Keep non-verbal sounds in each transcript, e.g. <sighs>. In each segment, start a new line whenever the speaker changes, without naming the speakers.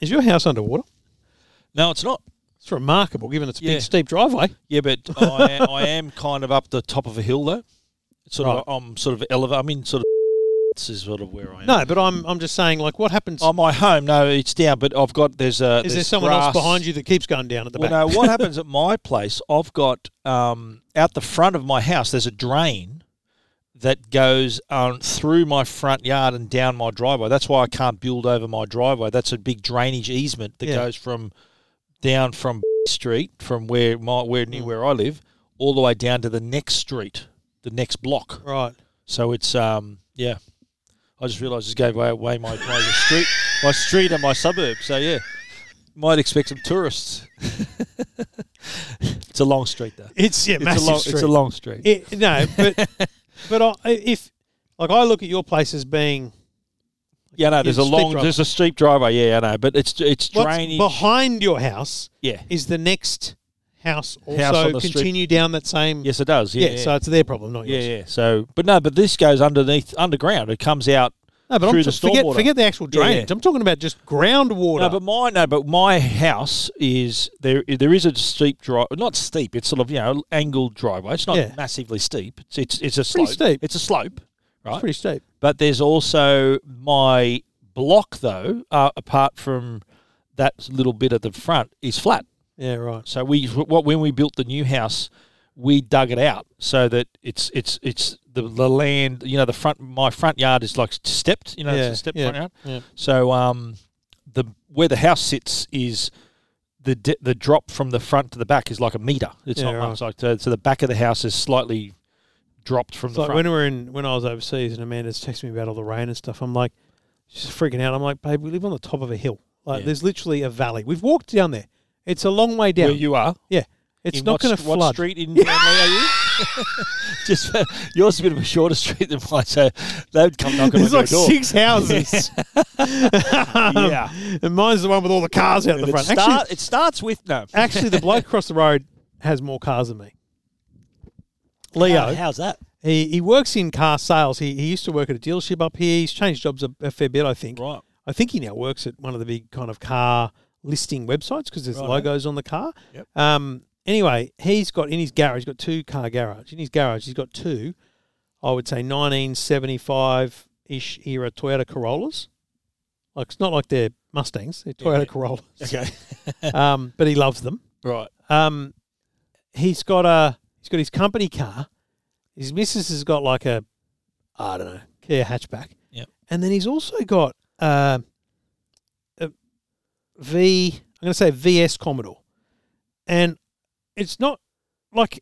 Is your house underwater?
No, it's not.
It's remarkable, given it's a
Yeah.
big steep driveway.
Yeah, but I, am, I am kind of up the top of a hill though. It's sort
Right.
of, I'm sort of elevated. I'm in sort of. <laughs> This is sort of where I am.
No, but I'm I'm just saying, like, what happens?
Oh, my home. No, it's down. But I've got there's a.
is there
there's
someone else
grass.
behind you that keeps going down at the
Well,
back?
no. What happens at my place? I've got um, out the front of my house. There's a drain that goes um, through my front yard and down my driveway. That's why I can't build over my driveway. That's a big drainage easement that
Yeah.
goes from down from <laughs> street from where my where near
Hmm.
where I live all the way down to the next street, the next block.
Right.
So it's um yeah. I just realised I just gave away, away my, my street my street and my suburb. So yeah. Might expect some tourists. it's a long street though.
It's yeah, massive
it's a long
street.
it's a long street.
It- no, but
<laughs>
but I, if like I look at your place as being
yeah, no, there's a
it's a steep
long
drive.
there's a steep driveway, yeah, I know. But it's it's
what's
drainage.
behind your house
yeah.
is the next house also
on the street.
continue down that same
Yes it does. Yeah.
yeah,
Yeah,
so it's their problem not
yeah,
yours
yeah. So but no, but this goes underneath underground. It comes out
no but
Through
I'm
the
just, forget,
stormwater.
forget the actual
Yeah, yeah.
drainage I'm talking about just groundwater
No, but my no, but my house is there. There is a steep drive, not steep. It's sort of you know angled driveway. It's not
Yeah.
massively steep. It's it's, it's a slope.
Pretty steep.
It's a slope,
it's
right?
pretty steep
but there's also my block though. Uh, apart from that little bit at the front is flat.
yeah right
So we what when we built the new house, we dug it out so that it's it's it's the, the land. You know the front my front yard is like stepped. You know
yeah
it's a stepped
yeah,
front yard.
yeah.
So um, the where the house sits is the di- the drop from the front to the back is like a meter. It's
Yeah,
not
right.
much. Like so, so the back of the house is slightly dropped from
It's
the
like
front.
when we're in when I was overseas and Amanda's texting me about all the rain and stuff I'm like she's freaking out I'm like babe we live on the top of a hill like
Yeah.
there's literally a valley we've walked down there it's a long way down
Where you are,
yeah it's
in
not
what
going to
s-
<laughs>
what
flood
street in Manly are you? <laughs> Just uh, yours is a bit of a shorter <laughs> street than mine, so they would come knocking on
There's
your
like
door.
six
<laughs>
houses. yeah. <laughs> And mine's the one with all the cars out the
It,
front.
start,
Actually,
it <laughs> starts with no.
actually, the bloke across the road has more cars than me. Leo,
How-
uh,
how's that?
he, he works in car sales. He, he used to work at a dealership up here. He's changed jobs a, a fair bit, I think. <laughs>
Right.
I think he now works at one of the big kind of car listing websites because there's
Righto.
logos on the car.
Yep.
Um, anyway, he's got in his garage, he's got two car garage. In his garage, he's got two, I would say 1975 ish era Toyota Corollas. Like it's not like they're Mustangs, they're Toyota
yeah.
Corollas.
<laughs> Okay.
um, but he loves them.
Right.
Um, he's got a he's got his company car. His missus has got like a I don't know Kia hatchback.
Yep.
And then he's also got uh, a V. I'm going to say VS Commodore, and it's not like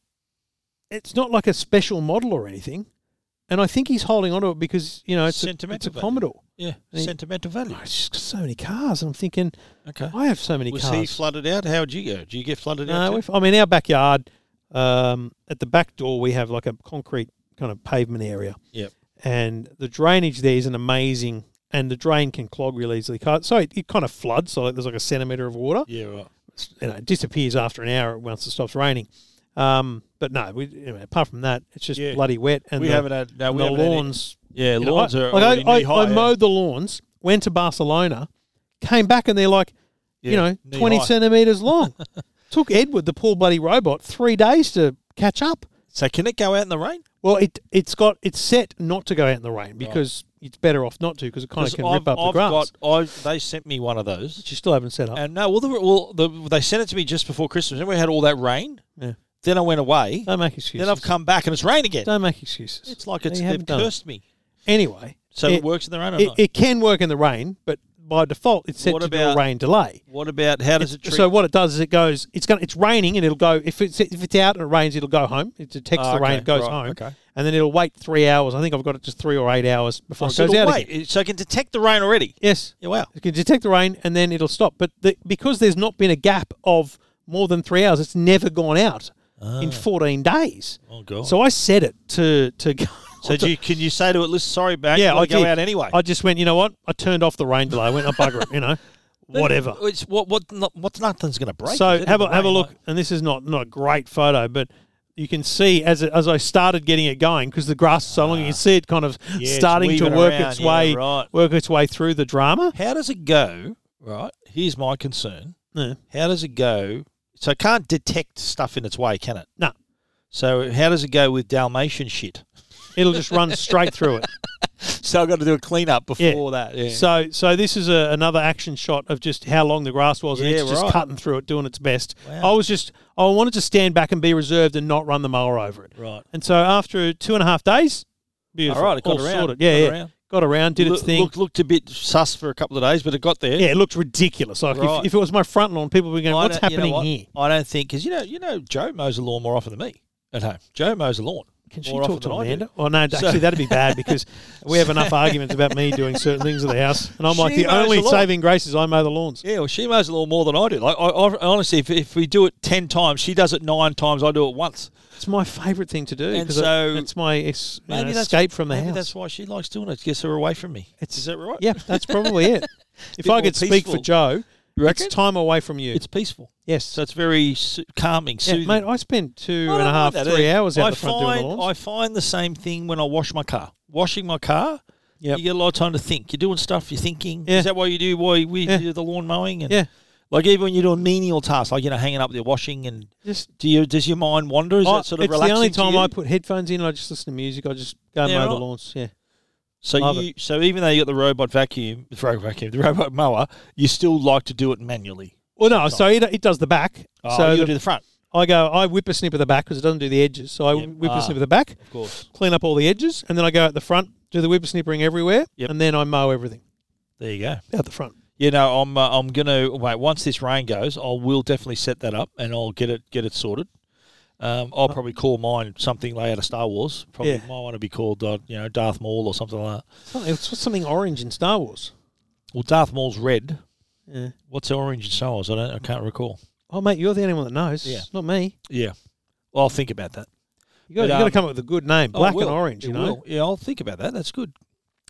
it's not like a special model or anything. And I think he's holding onto it because you know it's a, it's a
Sentimental value.
Commodore.
Yeah.
He-
Sentimental value.
Oh, it's just got so many cars. And I'm thinking
Okay.
I have so many
Was
cars.
he flooded out? How would you go? Do you get flooded out?
No,
too?
we've, I mean our backyard. Um, at the back door, we have like a concrete kind of pavement area.
Yep.
And the drainage there is an amazing, and the drain can clog really easily. Ca- So it, it kind of floods. So like there's like a centimeter of water.
Yeah, right.
It's- You know, it disappears after an hour once it stops raining. Um, but no, we anyway, apart from that, it's just
Yeah.
bloody wet, and
we
the,
haven't had no.
and
We
the
haven't had any-
lawns.
Yeah,
you know,
lawns
I,
are
like I-
already
I,
knee-high,
I
yeah.
mowed the lawns, went to Barcelona, came back, and they're like you
Yeah,
know,
knee
20
high.
centimetres
<laughs>
long. Took Edward, the poor bloody robot, three days to catch up.
So can it go out in the rain?
Well, it, it's got it's set not to go out in the rain because it's better off not to because it kind of
'Cause
can
I've,
rip up the
I've
grass, Oh.
Got, I've, they sent me one of those,
which you still haven't set up.
and no, well, the, well the, they sent it to me just before Christmas. and we had all that rain.
Yeah.
Then I went away.
Don't make excuses.
then I've come back and it's rain again.
Don't make excuses.
It's like
You
it's
haven't
they've
done it.
cursed me.
Anyway,
So it,
it,
works in their own. or
it,
not?
it can work in the rain, but by default, it's set
What
to do a
about-
rain delay.
what about how does it treat?
So what it does is it goes. It's going. It's raining and it'll go. If it's if it's out and it rains, it'll go home. It detects
Oh,
the rain,
okay,
it goes
right,
home,
okay.
and then it'll wait three hours. I think I've got it just three or eight hours before
Oh,
it
so
goes
it'll
out
wait.
again.
It- So I can detect the rain already.
Yes,
Yeah, wow.
it can detect the rain and then it'll stop. But the, because there's not been a gap of more than three hours, it's never gone out in 14 days.
Ah. Oh god. So,
So I set it to <laughs> to go.
<laughs> so do you, can you say to it, "Listen, sorry, mate,
Yeah,
yeah,
I
I go
did.
out anyway."
I just went. You know what? I turned off the rain delay. I went, I bugger it. You
<laughs>
know, whatever.
It's what what not, what nothing's going to break. is
So
it,
have
the
a have a
rain?
look, and this is not not a great photo, but you can see as it, as I started getting it going because the grass is so long, you can see it kind of
Ah. it's
starting to
weaving
work
around.
its
Yeah,
way
right.
work its way through the drama.
How does it go? right? Here's my concern.
Yeah.
How does it go? So it can't detect stuff in its way, can it?
No.
So how does it go with Dalmatian shit?
It'll just run straight through it.
So I've got to do a cleanup before that. <laughs> Yeah.
So, so this is a, another action shot of just how long the grass was, and
Yeah,
it's just
right.
cutting through it, doing its best.
Wow.
I was just, I wanted to stand back and be reserved and not run the mower over it.
right.
And so after two and a half days,
All
beautiful,
right, it got
all
around.
sorted. Yeah,
got
yeah,
around.
got around, did
Look-
its thing.
Looked, looked a bit sus for a couple of days, but it got
<laughs>
there.
yeah, it looked ridiculous. Like
Right.
if, if it was my front lawn, people would be going,
I
"What's
don't- you know
happening
what?
here?"
I don't think because you know you know Joe mows the lawn more often than me at home. Joe mows the lawn.
Can she
more
talk
often
to
than I do.
Amanda? Well, no,
So-
actually, that'd be bad
<laughs>
because we have enough arguments about me doing certain things in the house, and I'm like
She
the
mows
only
the lawn.
saving grace is I mow the lawns.
Yeah, well, she mows the lawn more than I do. Like I, I honestly, if, if we do it ten times, she does it nine times. I do it once.
It's my favourite thing to do
And
because
so-
it's my ex, you know,
Maybe that's-
escape from the
Maybe
house.
that's why she likes doing it. Gets her away from me.
It's-
Is that right?
yeah, that's
<laughs>
probably it. if
bit
I
more
could speak for
peaceful.
Joe,
You reckon?
it's time away from you.
It's peaceful.
yes,
So it's very su- calming,
yeah,
soothing.
mate. I spend two
I
and a
don't
half,
mind that
three
either.
hours out
I
the front
find,
doing the lawns.
I find the same thing when I wash my car. Washing my car,
Yep.
you get a lot of time to think. You're doing stuff. You're thinking.
Yeah.
Is that why you do? Why we
Yeah.
do the lawn mowing? And
Yeah.
Like even when you're doing menial tasks, like you know, hanging up the washing, and
Just
do you does your mind wander? Is
I-
that sort of
it's the
relaxing
only
to
time
you?
I put headphones in. I just listen to music. I just go and
Yeah,
mow the
right.
lawns. Yeah,
So
Love
you, so even though you got the robot vacuum, the robot vacuum, the robot mower, you still like to do it manually.
well, no. So it, it does the back.
Oh,
so
you
the
do the front,
I go, I whippersnipper the back because it doesn't do the edges. So I
Yep. Ah.
whippersnipper the back,
of course.
clean up all the edges, and then I go out the front, do the whippersnippering everywhere,
Yep.
and then I mow everything
There you go.
out the front.
You know, I'm uh, I'm gonna wait. Once this rain goes, I will definitely set that up and I'll get it get it sorted. Um, I'll probably call mine something like out of Star Wars. Probably
Uh, Yeah.
might want to be called uh, you know Darth Maul or something like that.
Something, it's something orange in Star Wars.
Well, Darth Maul's red.
Yeah.
What's orange in Star Wars? I don't. I can't recall.
Oh, mate, you're the only one that knows.
Yeah.
Not me.
Yeah. Well, I'll think about that.
you got
But,
to
um,
come up with a good name.
I
Black and
will.
orange,
It
you know? uh,
will. uh, Yeah, I'll think about that. That's good.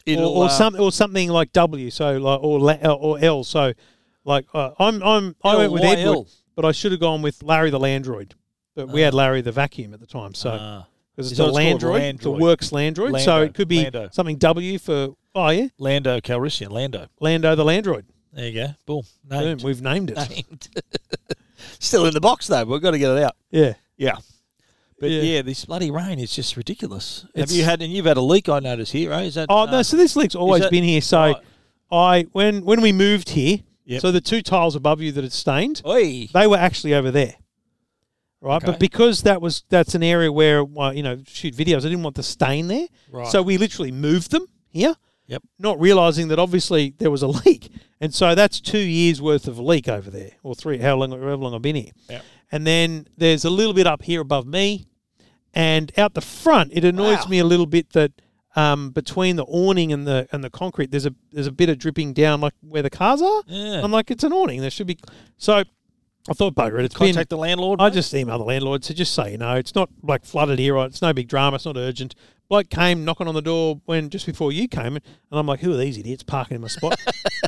Or, or, some, or something like W, so like or la- or L. So, like uh, I'm I'm I went with Edward,
L-Y-L.
but I should have gone with Larry the Landroid. But we
Ah.
had Larry the vacuum at the time, so
Ah.
Because it's
Is that
a
what it's called?
Landroid, the
Landroid.
works Landroid. So
Lando,
it could be
Lando.
something W for, oh yeah,
Lando Calrissian. Lando.
Lando the Landroid.
There you go. Boom.
Boom,
Named. <laughs>
we've named it.
Named. <laughs> Still in the box though. We've got to get it out.
Yeah.
Yeah. But
Yeah.
yeah. this bloody rain is just ridiculous.
It's-
Have you had and you've had a leak? I notice here, right? Is that?
Oh,
uh,
no, so this leak's always
that-
been here. So
right.
I, when when we moved here,
Yep.
so the two tiles above you that had stained,
Oi.
they were actually over there. Right, but
Okay.
because that was that's an area where well, you know shoot videos, I didn't want the stain there,
Right.
so we literally moved them here,
Yep.
not realizing that obviously there was a <laughs> leak, and so that's two years worth of leak over there, or three, how long, however long I've been here.
Yep.
and then there's a little bit up here above me, and out the front, it annoys
Wow.
me a little bit that um, between the awning and the and the concrete, there's a there's a bit of dripping down like where the cars are.
Yeah.
I'm like, it's an awning. There should be. So I thought, bugger it. It's been.
Contact the landlord.
I
mate?
just emailed the landlord to just say, you know, it's not like flooded here. Right? It's no big drama. It's not urgent. Bloke came knocking on the door when just before you came, and I'm like, who are these idiots parking in my
<laughs>
spot?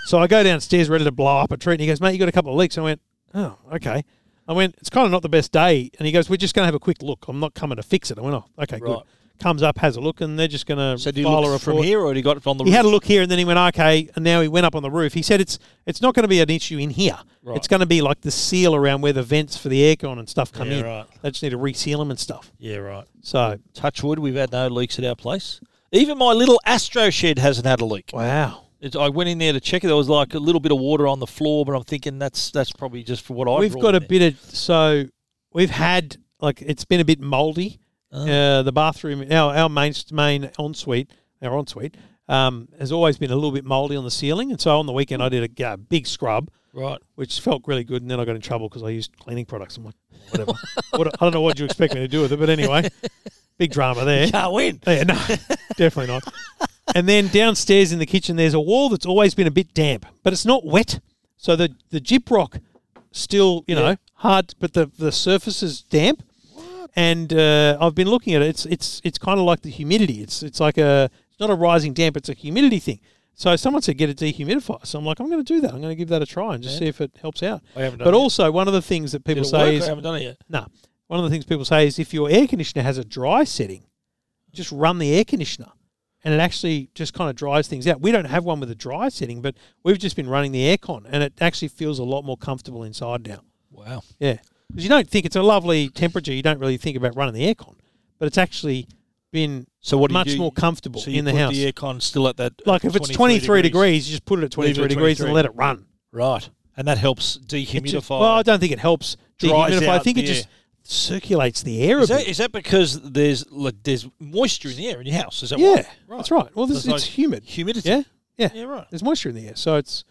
so I go downstairs ready to blow up a tree, and he goes, mate, you got a couple of leaks. I went, oh, okay. I went, it's kind of not the best day, and he goes, we're just going to have a quick look. I'm not coming to fix it. I went, oh, okay, good.
Right.
Comes up, has a look, and they're just going to
So do you
file a
look
report.
from here, or do you got it on the?
He
roof?
had a look here, and then he went, "Okay." And now he went up on the roof. He said, "It's it's not going to be an issue in here.
Right.
It's going to be like the seal around where the vents for the aircon and stuff come
Yeah,
in.
right.
They just need to reseal them and stuff."
Yeah, right.
So,
Touch wood. We've had no leaks at our place. Even my little Astro shed hasn't had a leak.
wow.
It's, I went in there to check it. There was like a little bit of water on the floor, but I'm thinking that's that's probably just for what I.
we've got a bit of so we've had like it's been a bit mouldy.
Uh-huh.
Uh, the bathroom, our our main main ensuite, our ensuite, um, has always been a little bit mouldy on the ceiling. And so on the weekend, I did a uh, big scrub.
right.
which felt really good. And then I got in trouble because I used cleaning products. I'm like, whatever. <laughs> what, I don't know what you expect me to do with it, but anyway, big drama there.
Can't win.
Oh, Yeah, no, <laughs> definitely not. And then downstairs in the kitchen, there's a wall that's always been a bit damp, but it's not wet. So the the gyp rock still, you
Yeah.
know, hard, but the the surface is damp. And uh, I've been looking at it. It's it's it's kind of like the humidity. It's it's like a it's not a rising damp. It's a humidity thing. So someone said get a dehumidifier. So I'm like, I'm going to do that. I'm going to give that a try and just see if it helps out.
<laughs> I haven't done
But
it yet.
also, one of the things that people
Did it
say
work?
is
I haven't done it yet.
no. One of the things people say is if your air conditioner has a dry setting, just run the air conditioner and it actually just kind of dries things out. We don't have one with a dry setting, but we've just been running the aircon, and it actually feels a lot more comfortable inside now.
Wow.
Yeah, because you don't think it's a lovely temperature. You don't really think about running the aircon, but it's actually been
So what do you
much
do?
more comfortable
So you
in the
put
house.
the aircon still at that. uh,
like if it's 23 degrees, you just put it at
Leave it
23,
at
degrees and
23.
let it run.
right? And that helps dehumidify.
It just- well, I don't think it helps
Dries
dehumidify. I
out
think it
the
just circulates the air
is
a
that
bit.
is that because there's like there's moisture in the air in your house? Is that
yeah,
why?
that's right. Well, this
There's no
it's humid.
Humidity.
Yeah, yeah.
Yeah. Right.
There's moisture in the air, so it's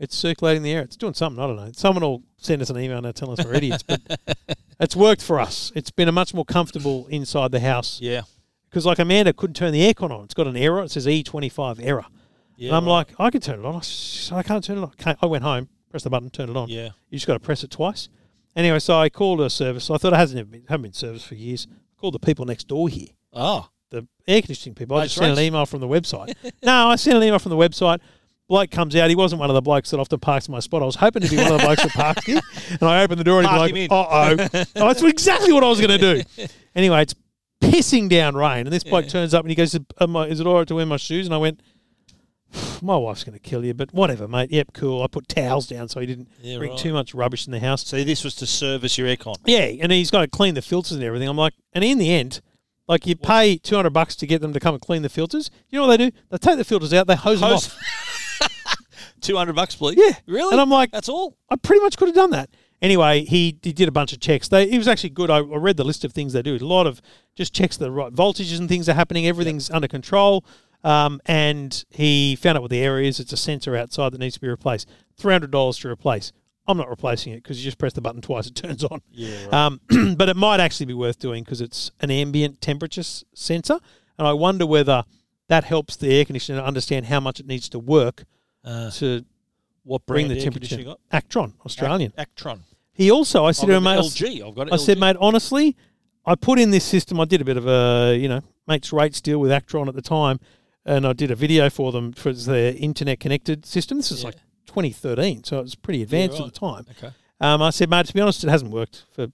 it's circulating the air. It's doing something. I don't know. Someone will send us an email now telling us we're idiots, <laughs> but it's worked for us. It's been a much more comfortable inside the house
Yeah.
because, like Amanda, couldn't turn the aircon on. It's got an error. It says E25 error,
Yeah.
and I'm
right.
like, I can turn it on. I, s- I can't turn it on. Can't. I went home, pressed the button, turned it on.
yeah.
You just got to press it twice. Anyway, so I called a service. I thought it hasn't been, haven't been serviced for years. I called the people next door here,
Oh.
the air conditioning people. I
Those
just sent an
rates.
email from the
<laughs>
website. no, I sent an email from the website. Bloke comes out. He wasn't one of the blokes that often parks in my spot. I was hoping to be one of the blokes that parked
<laughs>
here. And I opened the door and
Park
he'd
him
be
in.
like, uh oh. That's exactly what I was going
<laughs>
to do. Anyway, it's pissing down rain. And this bloke turns up and he goes, Am I, Is it all right to wear my shoes? And I went, My wife's going to kill you, but whatever, mate. Yep, cool. I put towels down so he didn't
Yeah.
bring
Right.
too much rubbish in the house.
so this was to service your aircon.
Yeah, and he's got to clean the filters and everything. I'm like, and in the end, like you pay two hundred bucks to get them to come and clean the filters. You know what they do? They take the filters out, they hose, them off.
<laughs> Two hundred bucks, please.
Yeah,
Really?
and I'm like,
That's all.
I pretty much could have done that. Anyway, he, he did a bunch of checks. They, he was actually good. I, I read the list of things they do. A lot of just checks the right voltages and things are happening. Everything's under control. Um, and he found out what the area is. It's a sensor outside that needs to be replaced. Three hundred dollars to replace. I'm not replacing it because you just press the button twice, it <laughs> turns on.
Yeah. Right.
Um, <clears throat> but it might actually be worth doing because it's an ambient temperature s- sensor, and I wonder whether that helps the air conditioner understand how much it needs to work
Uh,
to
what
bring
brand
the
air
temperature.
conditioner you got?
Actron, Australian.
Actron.
He also, I said
I've
to
got
him,
an
mate, I s-
LG. I've got. an
I said,
LG.
mate, honestly, I put in this system. I did a bit of a, you know, mates rates deal with Actron at the time, and I did a video for them for their internet connected system. This is
Yeah.
like 2013, so it was pretty advanced
right.
at the time.
Okay.
Um, I said, mate, to be honest, it hasn't worked
<laughs>
for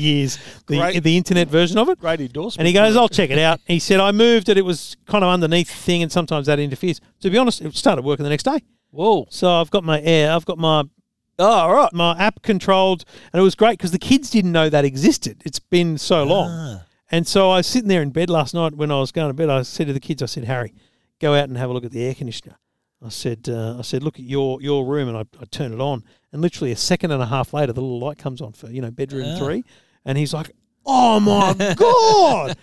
years. The,
Great.
the internet version of it.
Great endorsement.
And he goes, I'll check it out. He said, I moved it. It was kind of underneath the thing, and sometimes that interferes. To be honest, it started working the next day.
Whoa.
So I've got my air, I've got my
Oh, all right.
my app controlled, and it was great because the kids didn't know that existed. It's been so long.
Ah.
And so I was sitting there in bed last night when I was going to bed. I said to the kids, I said, Harry, go out and have a look at the air conditioner. I said, uh, I said, look at your your room, and I, I turn it on, and literally a second and a half later, the little light comes on for you know bedroom
Ah.
three, and he's like, oh my
<laughs>
god!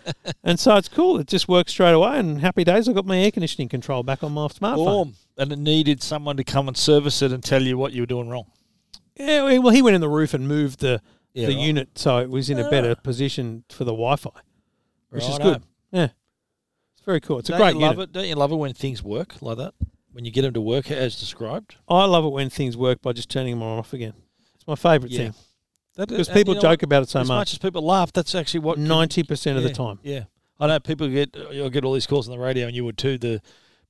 And so it's cool. It just works straight away, and happy days. I got my air conditioning control back on my smartphone.
Boom. And it needed someone to come and service it and tell you what you were doing wrong.
Yeah, well, he went in the roof and moved the
Yeah,
the
right.
unit so it was in a
Ah.
better position for the Wi-Fi, which is
Righto.
good. Yeah, it's very cool. It's a
Don't
great
you
unit.
love it? Don't you love it when things work like that? When you get them to work as described?
I love it when things work by just turning them on and off again. It's my favourite
Yeah.
thing
That-
because
and you
people
know
joke about it so
as
much.
as people laugh, that's actually what could-
Ninety percent of the
yeah,
time,
Yeah, I know people get you'll get all these calls on the radio, and you would too. The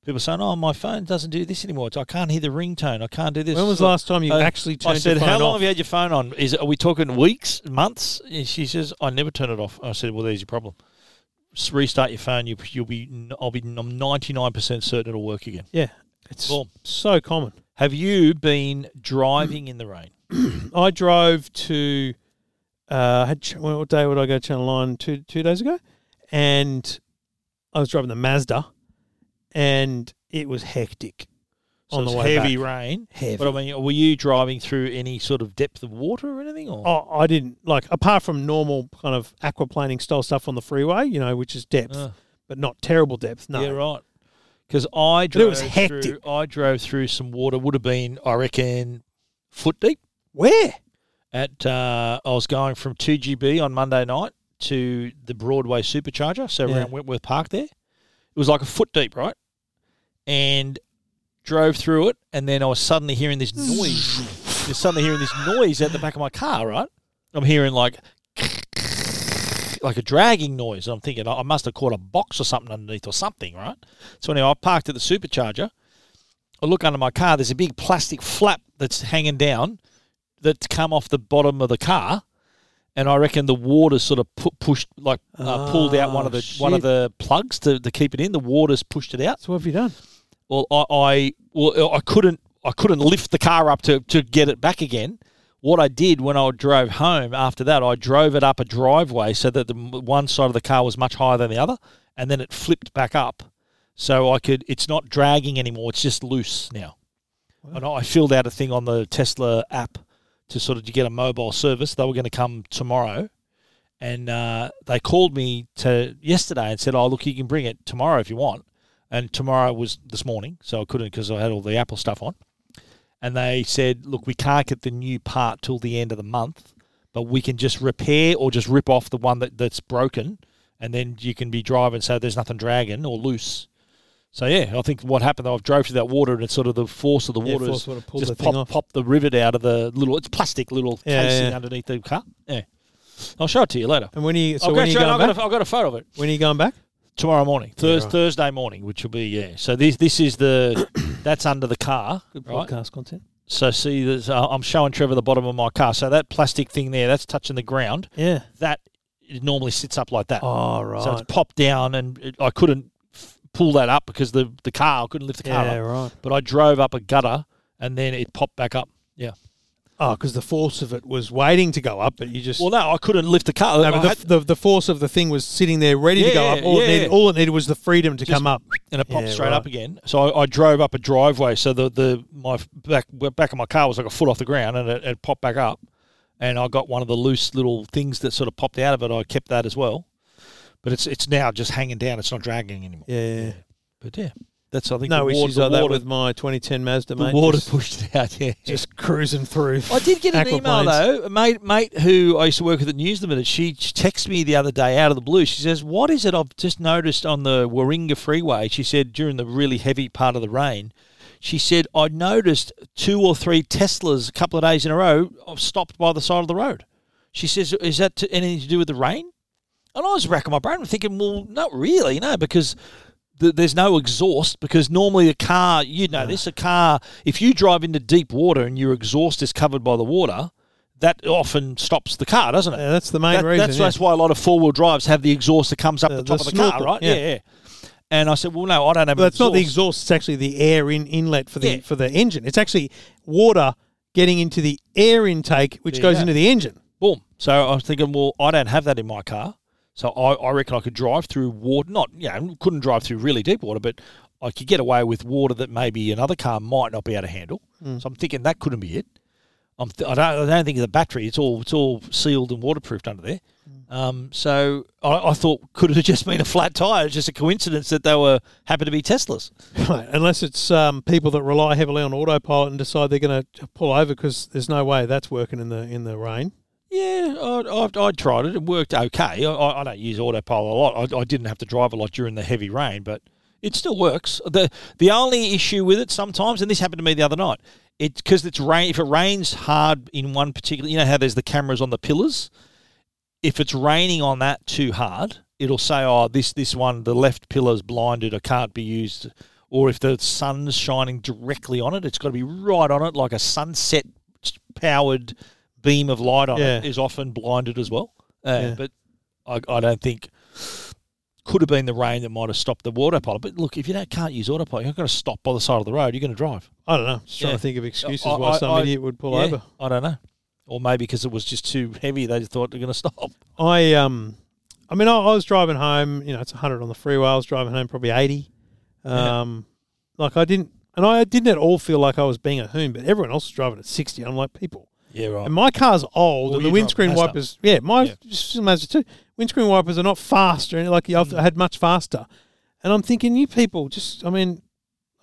people saying, "Oh, my phone doesn't do this anymore. It's- I can't hear the ringtone. I can't do this."
when was
So
the last time you
uh,
actually
I
turned
said,
your
"How
phone
long
off?
have you had your phone on? Is are we talking weeks, months?" And she says, "I never turn it off." I said, "Well, there's your problem. S- Restart your phone. You, you'll be. I'll be. I'm 99 percent certain it'll work again."
yeah, it's
Well,
so common.
have you been driving in the rain?
I drove to. Uh, I had ch- what day would I go to Channel Nine two two days ago, and I was driving the Mazda, and it was hectic
So
on the
it's
way
heavy
back.
rain.
Heavy.
But I mean, were you driving through any sort of depth of water or anything? Or
Oh, I didn't like apart from normal kind of aquaplaning style stuff on the freeway, you know, which is depth,
Uh.
but not terrible depth. No,
Yeah, right. Because
But
I
it
drove
was
through.
hectic.
I drove through some water. Would have been, I reckon, foot deep.
where?
At uh, I was going from two GB on Monday night to the Broadway Supercharger, so
Yeah.
around Wentworth Park. There, it was like a foot deep, right? And drove through it, and then I was suddenly hearing this noise.
<sighs>
You're suddenly hearing this noise at the back of my car, right? I'm hearing like like a dragging noise. I'm thinking I I must have caught a box or something underneath or something, right? So anyway, I parked at the supercharger. I look under my car. There's a big plastic flap that's hanging down that's come off the bottom of the car, and I reckon the water sort of pu- pushed like uh, pulled out one of
Oh,
the one
shit.
of the plugs to, to keep it in. The water's pushed it out.
So what have you done?
Well, I, I well I couldn't I couldn't lift the car up to, to get it back again. What I did when I drove home after that, I drove it up a driveway so that the m- one side of the car was much higher than the other, and then it flipped back up, so I could. It's not dragging anymore; it's just loose now. And I filled out a thing on the Tesla app to sort of to get a mobile service. They were going to come tomorrow, and uh, they called me to yesterday and said, "Oh, look, you can bring it tomorrow if you want." And tomorrow was this morning, so I couldn't because I had all the Apple stuff on. And they said, "Look, we can't get the new part till the end of the month, but we can just repair or just rip off the one that, that's broken, and then you can be driving so there's nothing dragging or loose." So yeah, I think what happened though, I've drove through that water and it's sort of the force of the water has
force would have pulled
just
the thing
pop,
off.
pop the rivet out of the little it's plastic little
Yeah,
casing
yeah.
underneath the car. Yeah, I'll show it to you later.
And when are you? So
I'll
when
go
are you
show it.
going
I've, got
back?
a, I've got a photo of it
When are you going back?
tomorrow morning, Thurs
right.
Thursday morning, which will be yeah. So this this is the <coughs> that's under the car, right?
Podcast content.
So see, there's- uh, I'm showing Trevor the bottom of my car. So that plastic thing there, that's touching the ground.
Yeah.
That it normally sits up like that.
All Oh, right.
So it's popped down, and it, I couldn't f- pull that up because the the car I couldn't lift the car
yeah,
up.
right.
But I drove up a gutter, and then it popped back up. Yeah.
Oh, because the force of it was waiting to go up, but you just
Well, no, I couldn't lift the car.
No,
I
but the,
had-
the, the force of the thing was sitting there ready to
Yeah,
go up. All,
yeah,
it needed,
yeah.
all it needed was the freedom to come up.
and it popped
Yeah,
straight
right.
up again. So I, I drove up a driveway. So the, the my f- back back of my car was like a foot off the ground, and it, it popped back up. And I got one of the loose little things that sort of popped out of it. I kept that as well, but it's it's now just hanging down. It's not dragging anymore.
<laughs> Yeah.
But yeah, that's I think
No
the water,
issues like
the
that
water,
with my 2010 Mazda,
the
mate.
water <laughs>
just,
pushed it out. Yeah.
<laughs> just cruising through.
<laughs> I did get an
aqua
email
planes.
though, a mate, mate who I used to work with at News Limited. She texted me the other day out of the blue. She says, "What is it I've just noticed on the Warringah Freeway?" She said during the really heavy part of the rain. She said, "I noticed two or three Teslas a couple of days in a row stopped by the side of the road." She says, "Is that to, anything to do with the rain?" And I was racking my brain, thinking, "Well, not really, no, because." th- there's no exhaust because normally a car, you know, this a car. If you drive into deep water and your exhaust is covered by the water, that often stops the car, doesn't it?
Yeah, that's the main
That-
reason.
That's,
yeah.
that's why a lot of four wheel drives have the exhaust that comes up the,
The-
top
the
of the car,
snorkel,
right?
yeah.
Yeah. yeah. And I said, well, no, I don't have.
But
an
it's not the
exhaust.
exhaust; it's actually the air in inlet for the
Yeah.
for the engine. It's actually water getting into the air intake, which
There you
goes
go.
into the
<laughs>
engine.
Boom. So I was thinking, well, I don't have that in my car. So I, I reckon I could drive through water. Not, you know, couldn't drive through really deep water, but I could get away with water that maybe another car might not be able to handle. So I'm thinking that couldn't be it. I'm th- I, don't, I don't think the battery, it's all it's all sealed and waterproofed under there. Um, so I, I thought, could it have just been a flat tyre? It's just a coincidence that they were happened to be Teslas.
Right, unless it's um, people that rely heavily on autopilot and decide they're going to pull over because there's no way that's working in the in the rain.
Yeah, I, I, I tried it. It worked okay. I, I I don't use autopilot a lot. I, I didn't have to drive a lot during the heavy rain, but it still works. the The only issue with it sometimes, and this happened to me the other night, it because it's rain. If it rains hard in one particular, you know how there's the cameras on the pillars. If it's raining on that too hard, it'll say, "Oh, this this one, the left pillar's blinded. It can't be used." Or if the sun's shining directly on it, it's got to be right on it, like a sunset powered beam of light on
Yeah.
it is often blinded as well. Uh,
Yeah.
But I, I don't think could have been the rain that might have stopped the autopilot. But look, if you don't can't use autopilot, you're going to stop by the side of the road. You're going to drive.
I don't know. Just trying
Yeah.
to think of excuses
I-
why
I-
some
I-
idiot would pull
Yeah,
over.
I don't know. Or maybe because it was just too heavy, they just thought they're going to stop.
I um, I mean, I, I was driving home. You know, it's 100 on the freeway. I was driving home probably 80.
Yeah.
Um, like I didn't, and I didn't at all feel like I was being a hoon. But everyone else was driving at 60. I'm like, people.
Yeah, right.
And my car's old, and
Well, you
the
drive
windscreen
Mazda.
wipers. Yeah, my
Yeah.
just Mazda too. Windscreen wipers are not faster, and like I've I had much faster. And I'm thinking, you people, just I mean,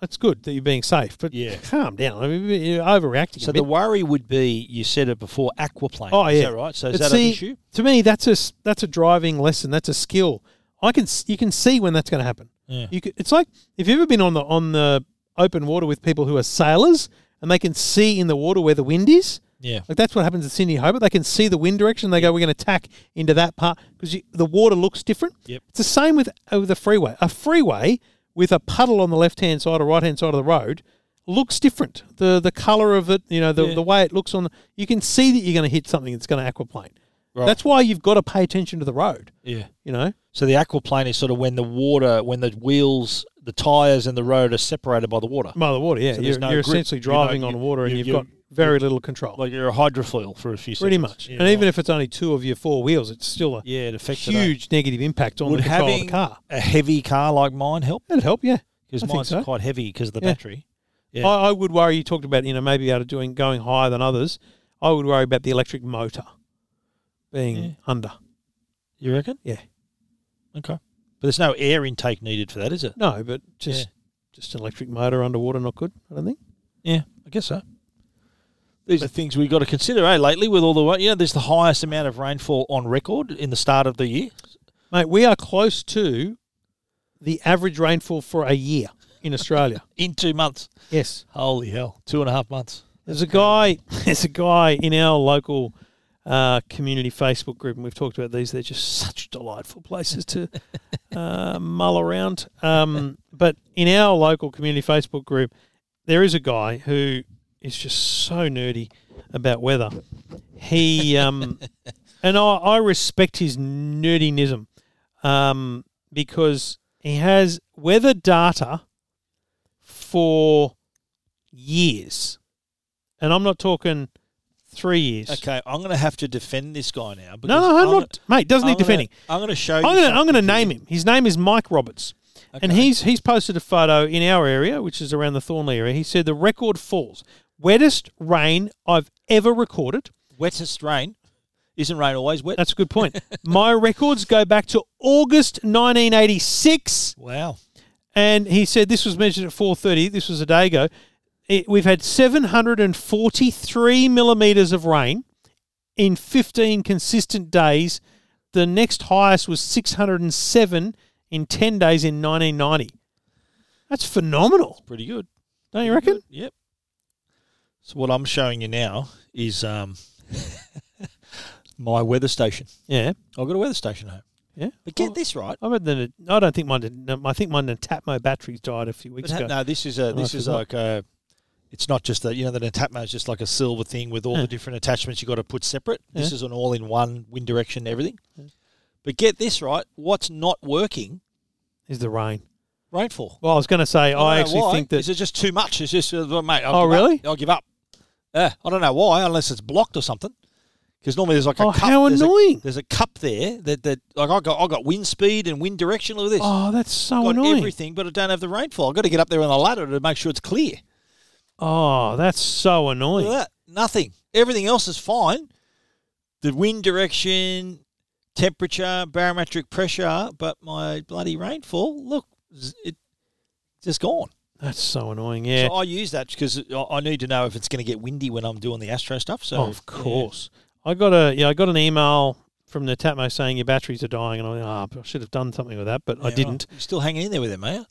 that's good that you're being safe, but
Yeah.
calm down. I mean, you're overreacting.
So
a bit.
the worry would be, you said it before, aquaplane.
Oh,
Is
yeah.
that right? So is
But
that
see-
an issue?
to me, that's a s- that's a driving lesson. That's a skill. I can s- you can see when that's going to happen.
Yeah.
You could, it's like if you've ever been on the on the open water with people who are sailors and they can see in the water where the wind is.
Yeah.
Like that's what happens at Sydney Hobart. They can see the wind direction. They go, we're going to tack into that part because the water looks different.
Yep.
It's the same with uh, with a freeway. A freeway with a puddle on the left hand side or right hand side of the road looks different. The the color of it, you know, the,
Yeah.
the way it looks on. You can see that you're going to hit something that's going to aquaplane.
Right.
That's why you've got to pay attention to the road.
Yeah.
You know,
So the aquaplane is sort of when the water, when the wheels, the tires, and the road are separated by the water.
mother water. Yeah,
So there's
you're,
no
you're
grip,
essentially
you know,
driving
you-
on water, and
you-
you've
you-
got very little control.
Like you're a hydrofoil for a few seconds.
pretty much.
Yeah,
and even if it's only two of your four wheels, it's still a
yeah, it affects it, eh?
huge negative impact on
Would
the control
having
of the car.
a heavy car like mine help?
It'd help, yeah. I
Because
think
mine's
so.
quite heavy because of the
Yeah.
battery. Yeah.
I, I would worry. You talked about you know maybe out of doing going higher than others. I would worry about the electric motor being
Yeah.
under.
You reckon?
Yeah.
Okay. But there's no air intake needed for that, is it?
No, but just just an electric motor underwater, not good. I don't think.
Yeah, I guess so. These are things we've got to consider, eh? Lately, with all the wa- you know, there's the highest amount of rainfall on record in the start of the year.
Mate, we are close to the average rainfall for a year in
<laughs>
Australia.
in two months.
yes.
Holy hell, two and a half months.
There's a guy. There's a guy in our local uh, community Facebook group, and we've talked about these. They're just such delightful places to uh, mull around. Um, but in our local community Facebook group, there is a guy who is just so nerdy about weather. He um, and I, I respect his nerdiness um, because he has weather data for years, and I'm not talking three years.
Okay, I'm going to have to defend this guy now. because
No, no, I'm,
gonna-
not, mate. Doesn't
I'm
need defending.
Gonna, I'm going to show
I'm
you.
gonna I'm gonna name him. His name is Mike Roberts, and he's he's posted a photo in our area, which is around the Thornley area. He said the record falls wettest rain I've ever recorded.
wettest rain. Isn't rain always wet?
That's a good point. My records go back to August 1986,
wow.
and he said this was measured at 4:30. This was a day ago. It, we've had 743 millimeters of rain in 15 consistent days. The next highest was 607 in 10 days in 1990. That's phenomenal,
Pretty good.
don't you reckon?
Yep. So what I'm showing you now is um, <laughs> my weather station.
Yeah,
I've got a weather station at home.
yeah.
But get this right.
I bet that it- I don't think my I think my Natapmo batteries died a few
But
weeks
ha-
ago.
no, this is a this
I
is
forgot.
like a. It's not just that you know the Natapmo is just like a silver thing with all the different attachments you got to put separate. This
Yeah.
is an all-in-one wind direction everything. But get this right: what's not working?
Is the rain?
Rainfall.
Well, I was going to say
don't
I,
know
actually
why.
think that
is it just too much? It's just uh, well, mate. I'll
Oh,
give up.
really?
I'll give up. Yeah, I don't know why, unless it's blocked or something. Because normally there's like a
Oh,
cup.
how
there's a-
annoying.
there's a cup there that, that like I got I got wind speed and wind direction. Look at this.
oh, that's so
got
annoying.
everything, but I don't have the rainfall. I've got to get up there on the ladder to make sure it's clear.
Oh, that's so annoying.
Look at that. Nothing. Everything else is fine. The wind direction, temperature, barometric pressure, but my bloody rainfall, look, z- it just gone.
That's so annoying. Yeah.
So I use that because I I need to know if it's going to get windy when I'm doing the astro stuff. So
Oh, of course. I got a yeah. I got an email from the Tatmo saying your batteries are dying, and I went, oh, I should have done something with that, but
yeah.
I didn't.
You're still hanging in there with it, mate.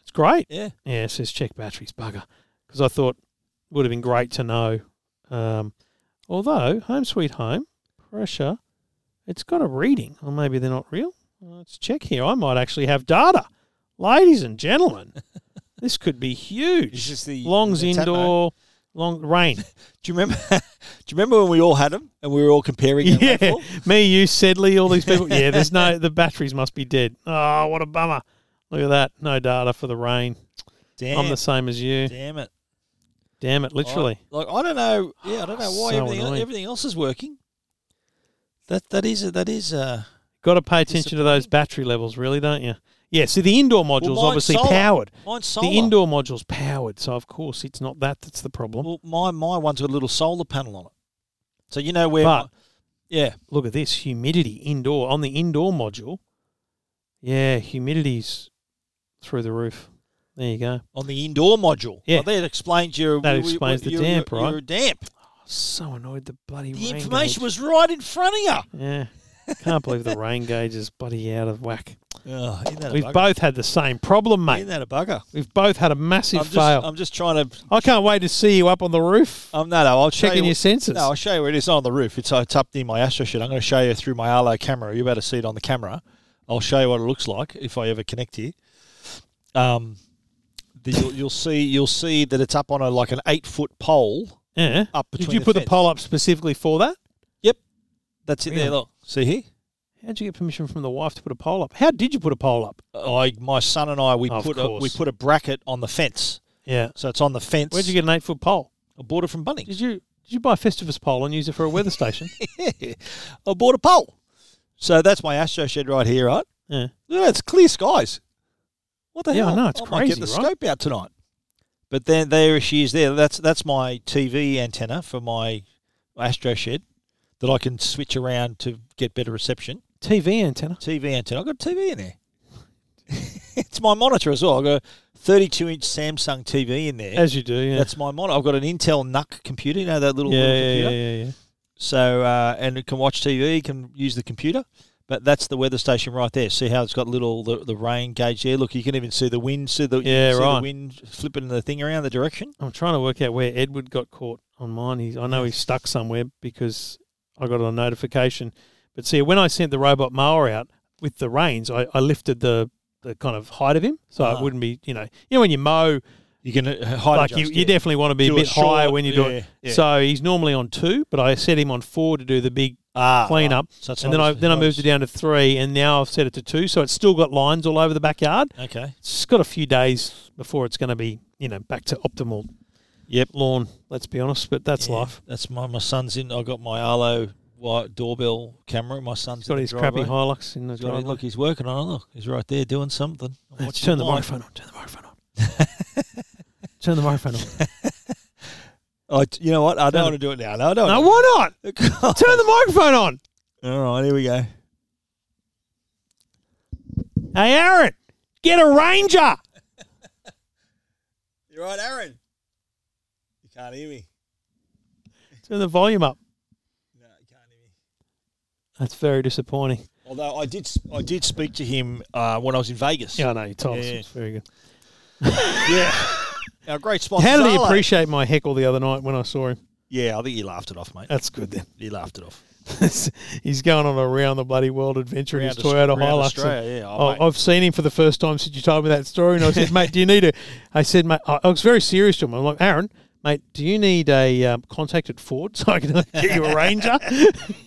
It's great.
Yeah.
Yeah, it says check batteries, bugger. Because I thought it would have been great to know. Um, although home sweet home pressure, it's got a reading, or maybe they're not real. Well, Let's check here. I might actually have data, ladies and gentlemen. this could be
It's
huge.
just the
Longs
the Tatmo.
indoor, long rain.
Do you remember? <laughs> do you remember when we all had them and we were all comparing? their
<laughs> Yeah,
rainfall?
me, you, Sedley, all these people. Yeah, there's no the batteries must be dead. Oh, what a bummer! Look at that, no data for the rain.
Damn.
I'm the same as you.
damn it.
Damn it, literally.
I, like I don't know. Yeah, I don't
<sighs>
know why
So
everything
annoying.
everything else is working. That that is that is. Uh,
Got to pay attention to those battery levels, really, don't you? Yeah. So the indoor module's
mine's
obviously
solar.
powered.
Mine's solar.
The indoor module's powered, so of course it's not that that's the problem.
Well, my my one's got a little solar panel on it, so you know where.
But-
my- yeah,
Look at this humidity indoor on the indoor module. Yeah, humidity's through the roof. There you go.
on the indoor module.
Yeah.
well, that explains your
That
your-
explains the
your-
damp,
your-
right?
your damp.
So annoyed the bloody
The
rain
information
gauge.
was right in front of
Yeah. Can't believe the rain gauge is bloody out of whack.
you. Oh, isn't that a
We've
bugger?
both had the same problem, mate.
Isn't that a bugger?
We've both had a
I'm
massive
just,
fail.
I'm just trying to.
I can't wait to see you up on the roof
I'm no, no. I'll show
checking
you.
your sensors.
No, I'll show you where it is Not on the roof. It's, uh, it's up near my Astro shed. I'm going to show you through my Arlo camera. You're about to see it on the camera. I'll show you what it looks like if I ever connect here. Um, the, you'll, you'll see you'll see that it's up on a like an eight foot pole
yeah.
up between.
Did you put the
fence.
poll up specifically for that?
Yep. That's it there.
Really?
Look, see here.
How'd you get permission from the wife to put a pole up? How did you put a pole up?
I, my son and I, we
Of
put a, we
course.
put a bracket on the fence,
Yeah.
so it's on the fence.
Where'd you get an eight foot pole?
I bought it from Bunnings.
Did you did you buy a Festivus pole and use it for a weather
<laughs>
station?
I bought a pole, so that's my astro shed right here, right?
yeah.
Yeah, it's clear skies. What the
Yeah, I
hell?
know, it's
might get
crazy,
the
right?
scope out tonight. But then there she is. There. That's that's my TV antenna for my Astro Shed that I can switch around to get better reception.
TV antenna.
TV antenna. I've got a TV in there. <laughs> it's my monitor as well. I've got a 32 inch Samsung TV in there.
As you do, yeah.
That's my monitor. I've got an Intel NUC computer. You know that little,
yeah,
little
yeah,
computer.
yeah, yeah, yeah.
So uh, and it can watch TV, can use the computer. But that's the weather station right there. See how it's got little the, the rain gauge there. Look, you can even see the wind. See the you can
Yeah,
see
right.
the wind flipping the thing around the direction.
I'm trying to work out where Edward got caught on mine. He's, I know he's stuck somewhere because I got a notification. But see, when I sent the robot mower out with the reins, I, I lifted the, the kind of height of him so
Ah.
it wouldn't be, you know, you know when you mow,
You can uh, hide.
like you,
adjust,
you
yeah.
definitely want to be
Do
a bit
short,
higher when you do
yeah,
it.
yeah.
So he's normally on two, but I set him on four to do the big
ah,
clean up.
So it's
and then
not
I
as-
then I
not
moved it
as-
down to three, and now I've set it to two, so it's still got lines all over the backyard.
Okay.
It's got a few days before it's going to be, you know, back to optimal
Yep.
lawn. Let's be honest, but that's
Yeah.
life.
That's my my son's in. I got my Arlo white doorbell camera. My son's
He's got
in
his
the
crappy
driveway.
Hilux in the
He's got it.
driveway.
Look, he's working on it. Look, he's right there doing something. I'm
Let's
watching
turn the
him live.
microphone on. Turn the microphone
<laughs>
on. turn the microphone on.
I, you know what? I
Turn
don't
it-
want to do it now. No, I don't.
no, why
want
not? Turn the microphone on.
<laughs> All right, here we go.
Hey, Aaron, get a Ranger.
You're right, Aaron. You can't hear me.
Turn the volume up.
No, you can't hear me.
That's very disappointing.
Although I did, sp- I did speak to him uh, when I was in Vegas. <laughs>
Yeah, I know. You told us
Yeah.
it's very good.
yeah. Our great sponsor.
How did he appreciate my heckle the other night when I saw him?
Yeah, I think he laughed it off, mate.
That's good then. <laughs>
He laughed it off.
he's going on a round the bloody world adventure in his
Round Aus-
Toyota
round
Hilux. And
Australia, yeah. Oh,
I-
mate.
I've seen him for the first time since you told me that story, and I said, "Mate, do you need a?" I said, "Mate, I I was very serious to him. I'm like, Aaron, mate, do you need a um, contact at Ford so I can <laughs> get you a Ranger?"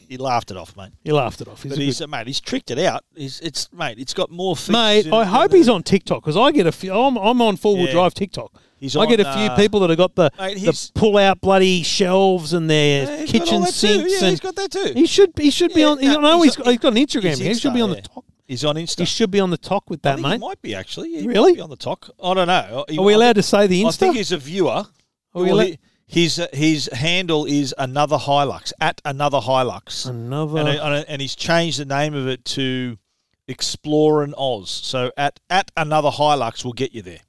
he laughed it off, mate.
he laughed it off. He's
But
a
he's uh, mate. He's tricked it out. He's it's mate. It's got more
good,
features.
mate,
in it
I
than
hope
the-
he's on TikTok because I get a few. I'm, I'm on four wheel
Yeah.
drive TikTok.
He's
I
on,
get a few
uh,
people that have got the,
mate,
the
he's-
pull out bloody shelves and their
Yeah, he's got all
kitchen
that too.
sinks
Yeah,
and
he's got that too.
He should he should be
Yeah,
on.
no,
I know
he's
he's got, he's got an Instagram.
He's
he should be
Insta,
on
yeah.
the top.
He's on Insta.
He should be on the top with
I
that,
think
mate.
He might be actually. Yeah, he
Really?
Might be on the talk. I don't know. He-
Are we
I think-
allowed to say the
I think
Insta?
he's a viewer.
Are we
Well,
allo-
he- his uh, his handle is another Hilux at another Hilux,
Another.
and, uh, and, and he's changed the name of it to Explorer and Oz. So at at another Hilux will get you there,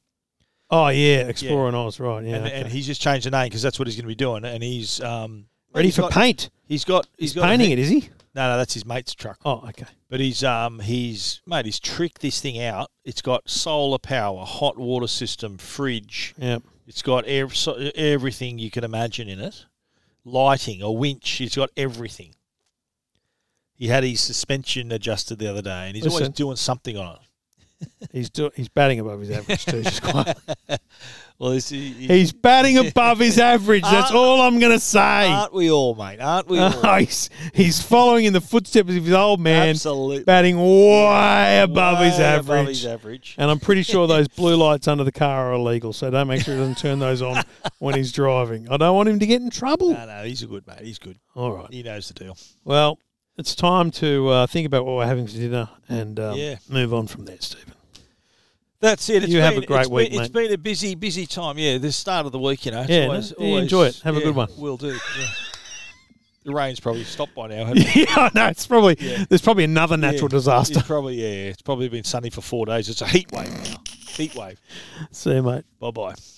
oh yeah, Explorer and Oz, right? Yeah.
and,
okay.
and he's just changed the name because that's what he's going to be doing. And he's um,
Ready
he's
for
got,
paint?
He's got
He's
got a
painting
he-
it, is he?
No, no, that's his mate's truck.
Oh, okay.
But he's um he's mate, he's tricked this thing out. It's got solar power, hot water system, fridge.
Yeah.
It's got ev- so- everything you can imagine in it. Lighting, a winch. He's got everything. He had his suspension adjusted the other day, and he's always
Listen.
doing something on it.
He's do, he's batting above his average too.
<laughs>
Just quiet.
Well, this, he- he-
He's batting above his average. That's
Aren't-
all I'm gonna say.
aren't we all, mate? Aren't we all?
<laughs> Oh, he's, he's following in the footsteps of his old man,
Absolutely
batting way above his
Way
average.
Above his average.
And I'm pretty sure
<laughs>
those blue lights under the car are illegal, so don't make sure he doesn't turn those on when he's driving. I don't want him to get in
<laughs>
trouble.
No, no, he's a good mate. He's good.
All right.
He knows the deal.
Well, it's time to uh, think about what we're having for dinner and um,
Yeah.
move on from there, Stephen. <laughs>
That's it. It's
You
been,
have a great
it's
week,
been, It's been a busy, busy time. Yeah, the start of the week, you know. It's
Yeah, no,
always,
yeah,
always-
enjoy it. Have a
yeah,
good one. <laughs>
Will do. yeah. The rain's probably stopped by now. hasn't it?
yeah, no, it's probably there's probably another natural
Yeah.
disaster.
It's probably yeah, yeah. It's probably been sunny for four days. It's a heat wave now. Heat wave.
<laughs> See you, mate.
Bye bye.